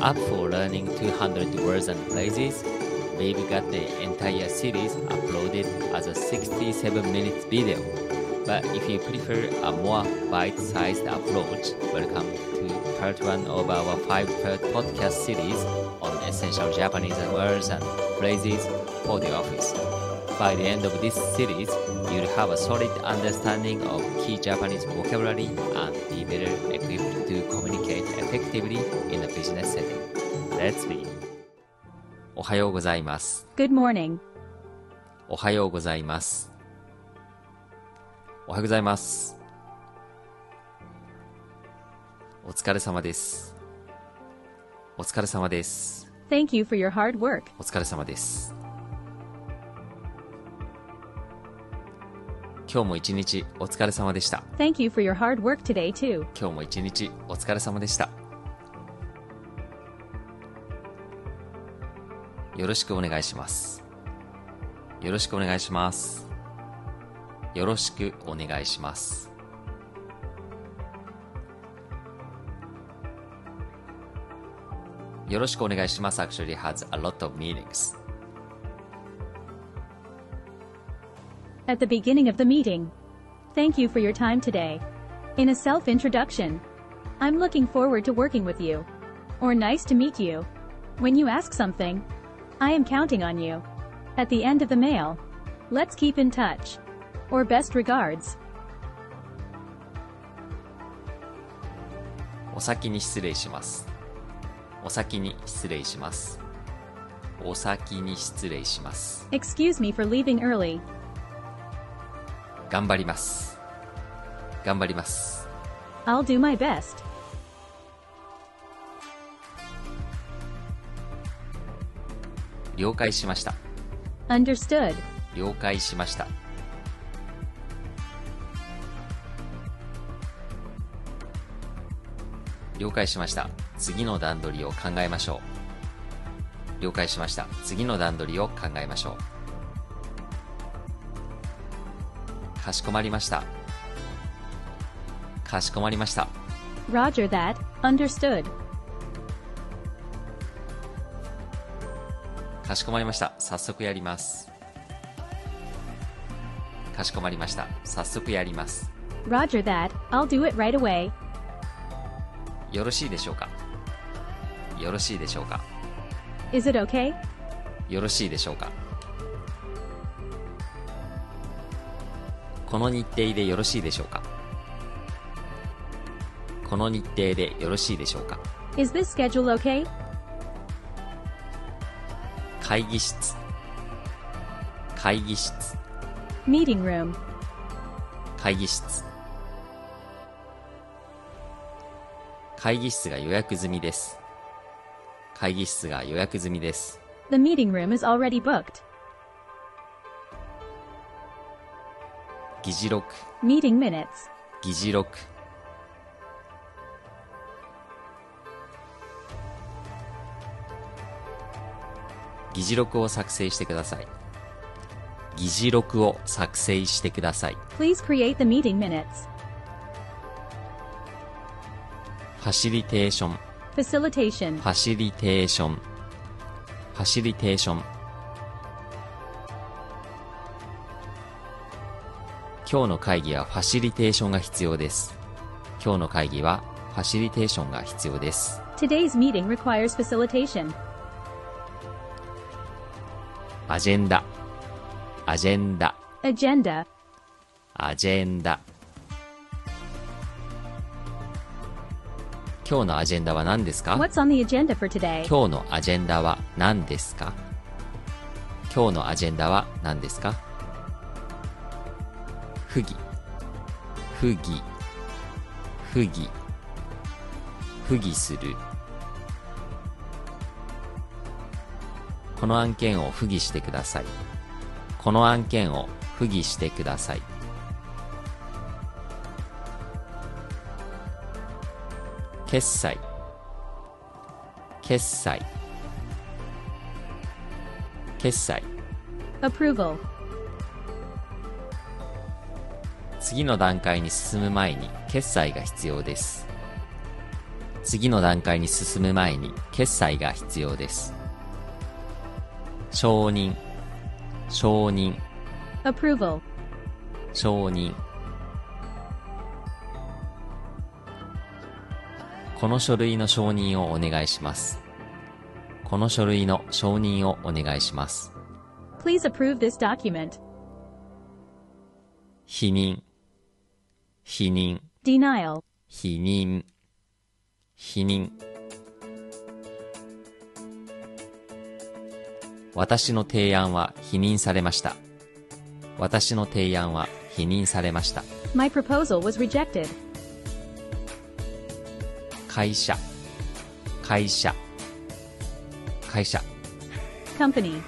Up for learning 200 words and phrases, we've got the entire series uploaded as a 67 minute video. But if you prefer a more bite sized approach, welcome to part 1 of our 5 part podcast series on essential Japanese words and phrases for the office. By the end of this series, you'll have a solid understanding of key Japanese vocabulary and be better equipped to communicate effectively in a business setting. Let's be! おはようございます。 Good morning. おはようございます。おはようございます。お疲れ様です。お疲れ様です。 Thank you for your hard work. お疲れ様です。今日も一日お疲れ様でした。 Thank you for your hard work today, too. 今日も一日お疲れ様でした。よろしくお願いします。よろしくお願いします。よろしくお願いします。よろしくお願いします。actually has a lot of meanings. At the beginning of the meeting, thank you for your time today. In a self introduction, I'm looking forward to working with you. Or nice to meet you. When you ask something, I am counting on you. At the end of the mail, let's keep in touch. Or best regards. お先に失礼します。お先に失礼します。お先に失礼します。 Excuse me for leaving early. 頑張ります。頑張ります。 I'll do my best. 了解しました。 Understood. 了解しました。了解しました。次の段取りを考えましょう。了解しました。次の段取りを考えましょう。かしこまりました。かしこまりました。 Roger that. Understood. かしこまりました。早速やります。かしこまりました。早速やります。 Roger that. I'll do it right away. よろしいでしょうかよろしいでしょうか Is it okay? よろしいでしょうかこの日程でよろしいでしょうかこの日程でよろしいでしょうか Is this schedule okay? 会議室会議室 Meeting room. 会議室会議室が予約済みです会議室が予約済みです The meeting room is already booked. 議事録 Meeting minutes. 議事録議事録を作成してください議事録を作成してください Please create the meeting minutes. ファシリテーションフ Facilitation. ァシリテーションファシリテーション今日の会議はファシリテーションが必要です今日の会議はファシリテーションが必要です Today's meeting requires facilitation. アジェンダアジェンダ Agenda. アジェンダ今日のアジェンダは何ですか What's on the agenda for today? 今日のアジェンダは何ですか今日のアジェンダは何ですか不義不義不義不義するこの案件を不義してくださいこの案件を不義してください決済決済決済 Approval. 次の段階に進む前に決済が必要です次の段階に進む前に決済が必要です。承認、承認、 approval, 承認。この書類の承認をお願いします。この書類の承認をお願いします。 please approve this document, 否認、否認、 denial, 否認、否認。私の提案は否認されました。私の提案は否認されました。 my proposal was rejected, 会社、会社、会社。 company,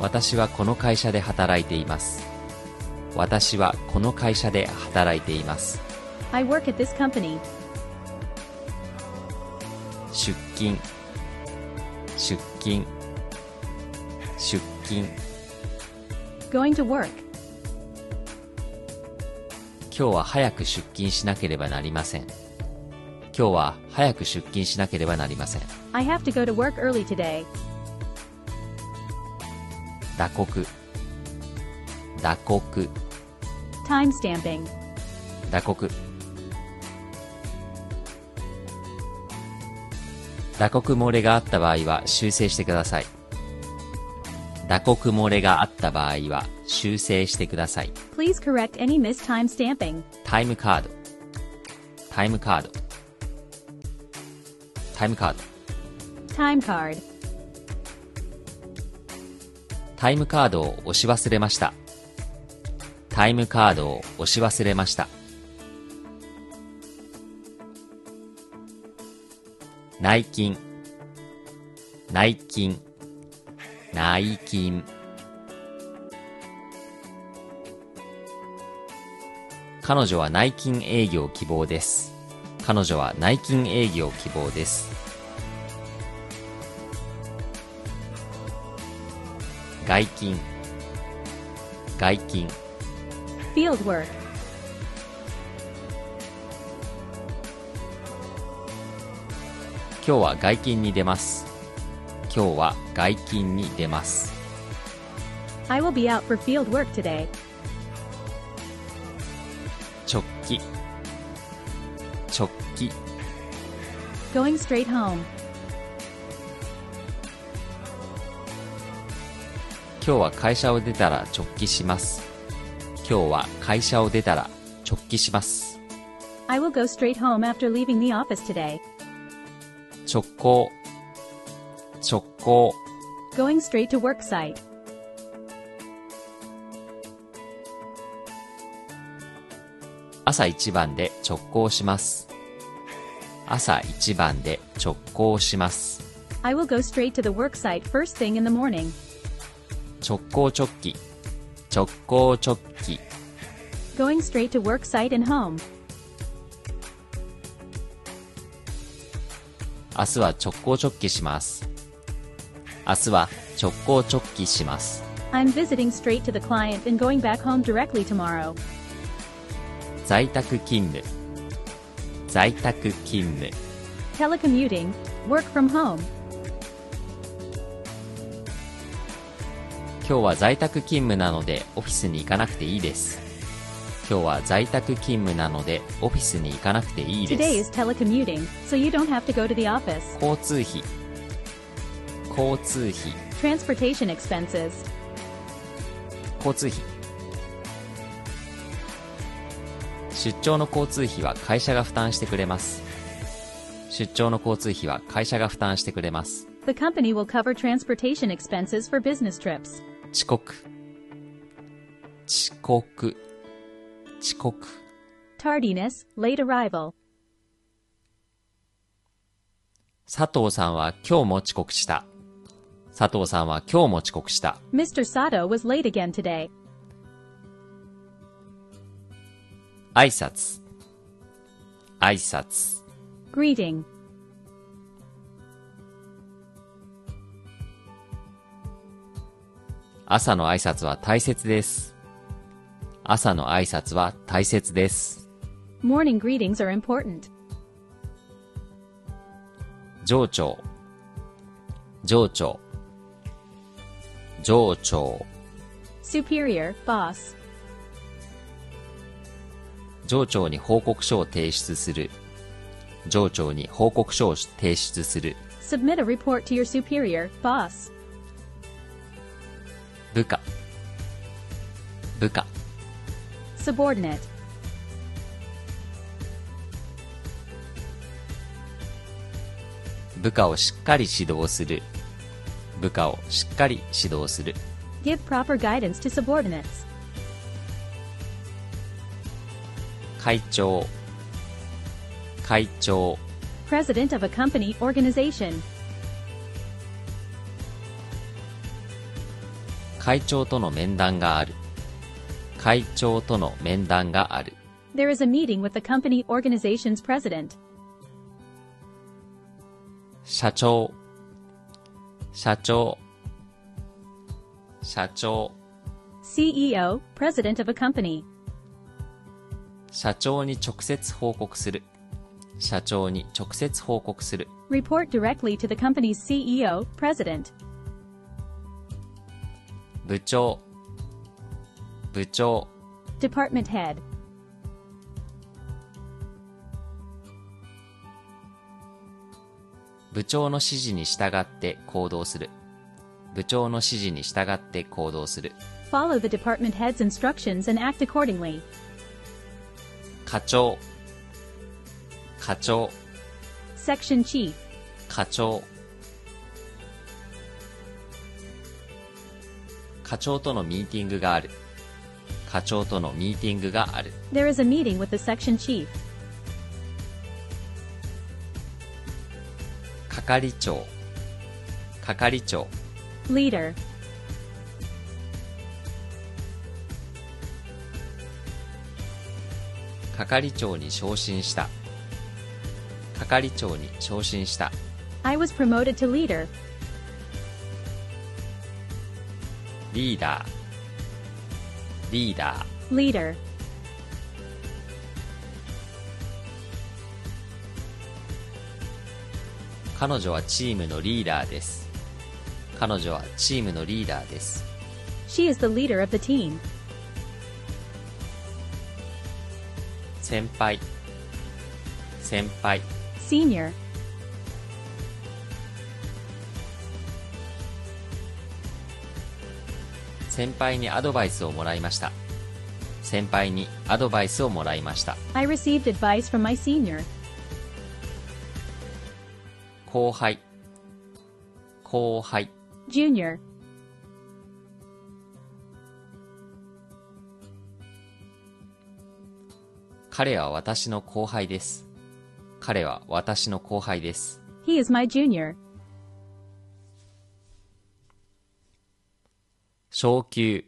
私はこの会社で働いています。私はこの会社で働いています。 I work at this company, 出勤出勤出勤 going to work, 今日は早く出勤しなければなりません今日は早く出勤しなければなりません I have to go to work early today, 打刻打刻 time stamping, 打刻打刻漏れがあった場合は修正してください打刻漏れがあった場合は修正してください please correct any missed time stamping, タイムカード。タイムカード。タイムカード。 time card, タイムカードを押し忘れました。タイムカードを押し忘れました。内勤。内勤。内勤。彼女は内勤営業希望です。彼女は内勤営業希望です。外勤。外勤。 field work, 今日は外勤に出ます。今日は外勤に出ます。 I will be out for field work today, 直帰。直帰。 going straight home, 今日は会社を出たら直帰します。今日は会社を出たら直帰します。 I will go straight home after leaving the office today, 直行。直行。 going straight to work site, 朝一番で直行します。朝一番で直行します。 I will go straight to the work site first thing in the morning, 直行直帰。直行直帰。 going straight to work site and home, 明日は直行直帰します。明日は直行直帰します。 I'm visiting straight to the client and going back home directly tomorrow. 在宅勤務。在宅勤務。 Telecommuting, work from home, 今日は在宅勤務なのでオフィスに行かなくていいです。今日は在宅勤務なのでオフィスに行かなくていい Today で is す。 telecommuting, so you don't have to go to the office. 交通費。交通費。 Transportation expenses. 交通費。出張の交通費は会社が負担してくれます。出張の交通費は会社が負担してくれます。 The company will cover transportation expenses for business trips. 遅刻。遅刻。遅刻。 Tardiness, late arrival. 佐藤さんは今日も遅刻した。佐藤さんは今日も遅刻した。 Mr. Sato was late again today. 挨拶。挨拶。 Greeting. 朝の挨拶は大切です。朝の挨拶は大切です。 Morning greetings are important. 上長上長上長 Superior, boss. 上長に報告書を提出する上長に報告書を提出する Submit a report to your superior, boss. 部下部下 Subordinate. 部下をしっかり指導する部下をしっかり指導する Give proper guidance to subordinates. 会長会長 President of a company, organization. 会長との面談がある会長との面談がある There is a meeting with the company organization's president. 社長社長社長 CEO, E president of a company. 社長に直接報告する社長に直接報告する Report directly to the company's CEO, president. 部長部長 Department head. 部長の指示に従って行動する部長の指示に従って行動する Follow the department head's instructions and act accordingly. 課長課長 Section chief. 課長課長とのミーティングがある課長とのミーティングがある There is a meeting with the section chief. 係長係長 Leader. 係長に昇進した係長に昇進した I was promoted to leader. リーダーリーダー Leader. 彼女はチームのリーダーです彼女はチームのリーダーです She is the leader of the team. 先輩先輩 Senior. 先輩にアドバイスをもらいました先輩にアドバイスをもらいました I received advice from my senior. 後輩後輩 Junior. 彼は私の後輩です彼は私の後輩です He is my junior. 昇級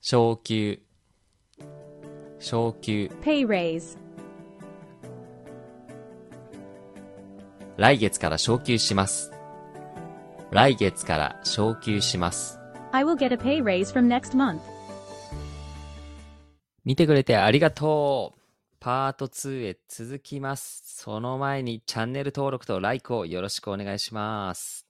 昇級昇級 Pay raise. 来月から昇級します来月から昇級します I will get a pay raise from next month. 見てくれてありがとうパート2へ続きます。その前にチャンネル登録と LIKE をよろしくお願いします。